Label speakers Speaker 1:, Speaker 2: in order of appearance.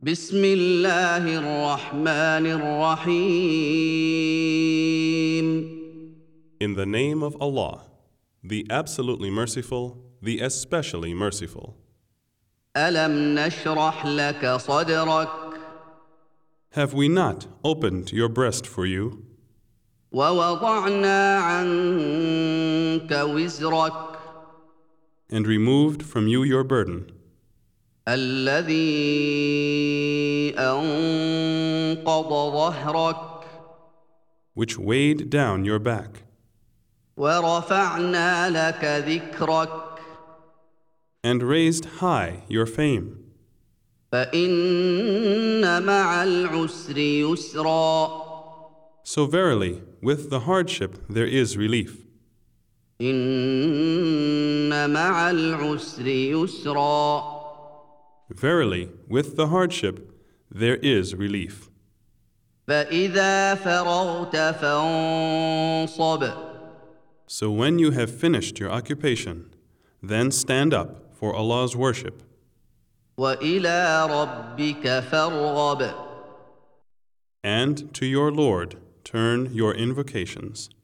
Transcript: Speaker 1: بسم الله الرحمن الرحيم
Speaker 2: In the name of Allah, the absolutely merciful, the especially merciful.
Speaker 1: ألم نشرح لك صدرك
Speaker 2: Have we not opened your breast for you,
Speaker 1: ووضعنا عنك وزرك
Speaker 2: and removed from you your burden,
Speaker 1: الذي أنقض ظهرك
Speaker 2: which weighed down your back,
Speaker 1: ورفعنا لك ذكرك
Speaker 2: and raised high your fame?
Speaker 1: فإن مع العسر يسرا
Speaker 2: So verily, with the hardship there is relief.
Speaker 1: إن مع العسر يسرا
Speaker 2: Verily, with the hardship there is relief.
Speaker 1: فإذا فرغت فانصب
Speaker 2: So when you have finished your occupation, then stand up for Allah's worship.
Speaker 1: وإلى ربك فارغب
Speaker 2: And to your Lord turn your invocations.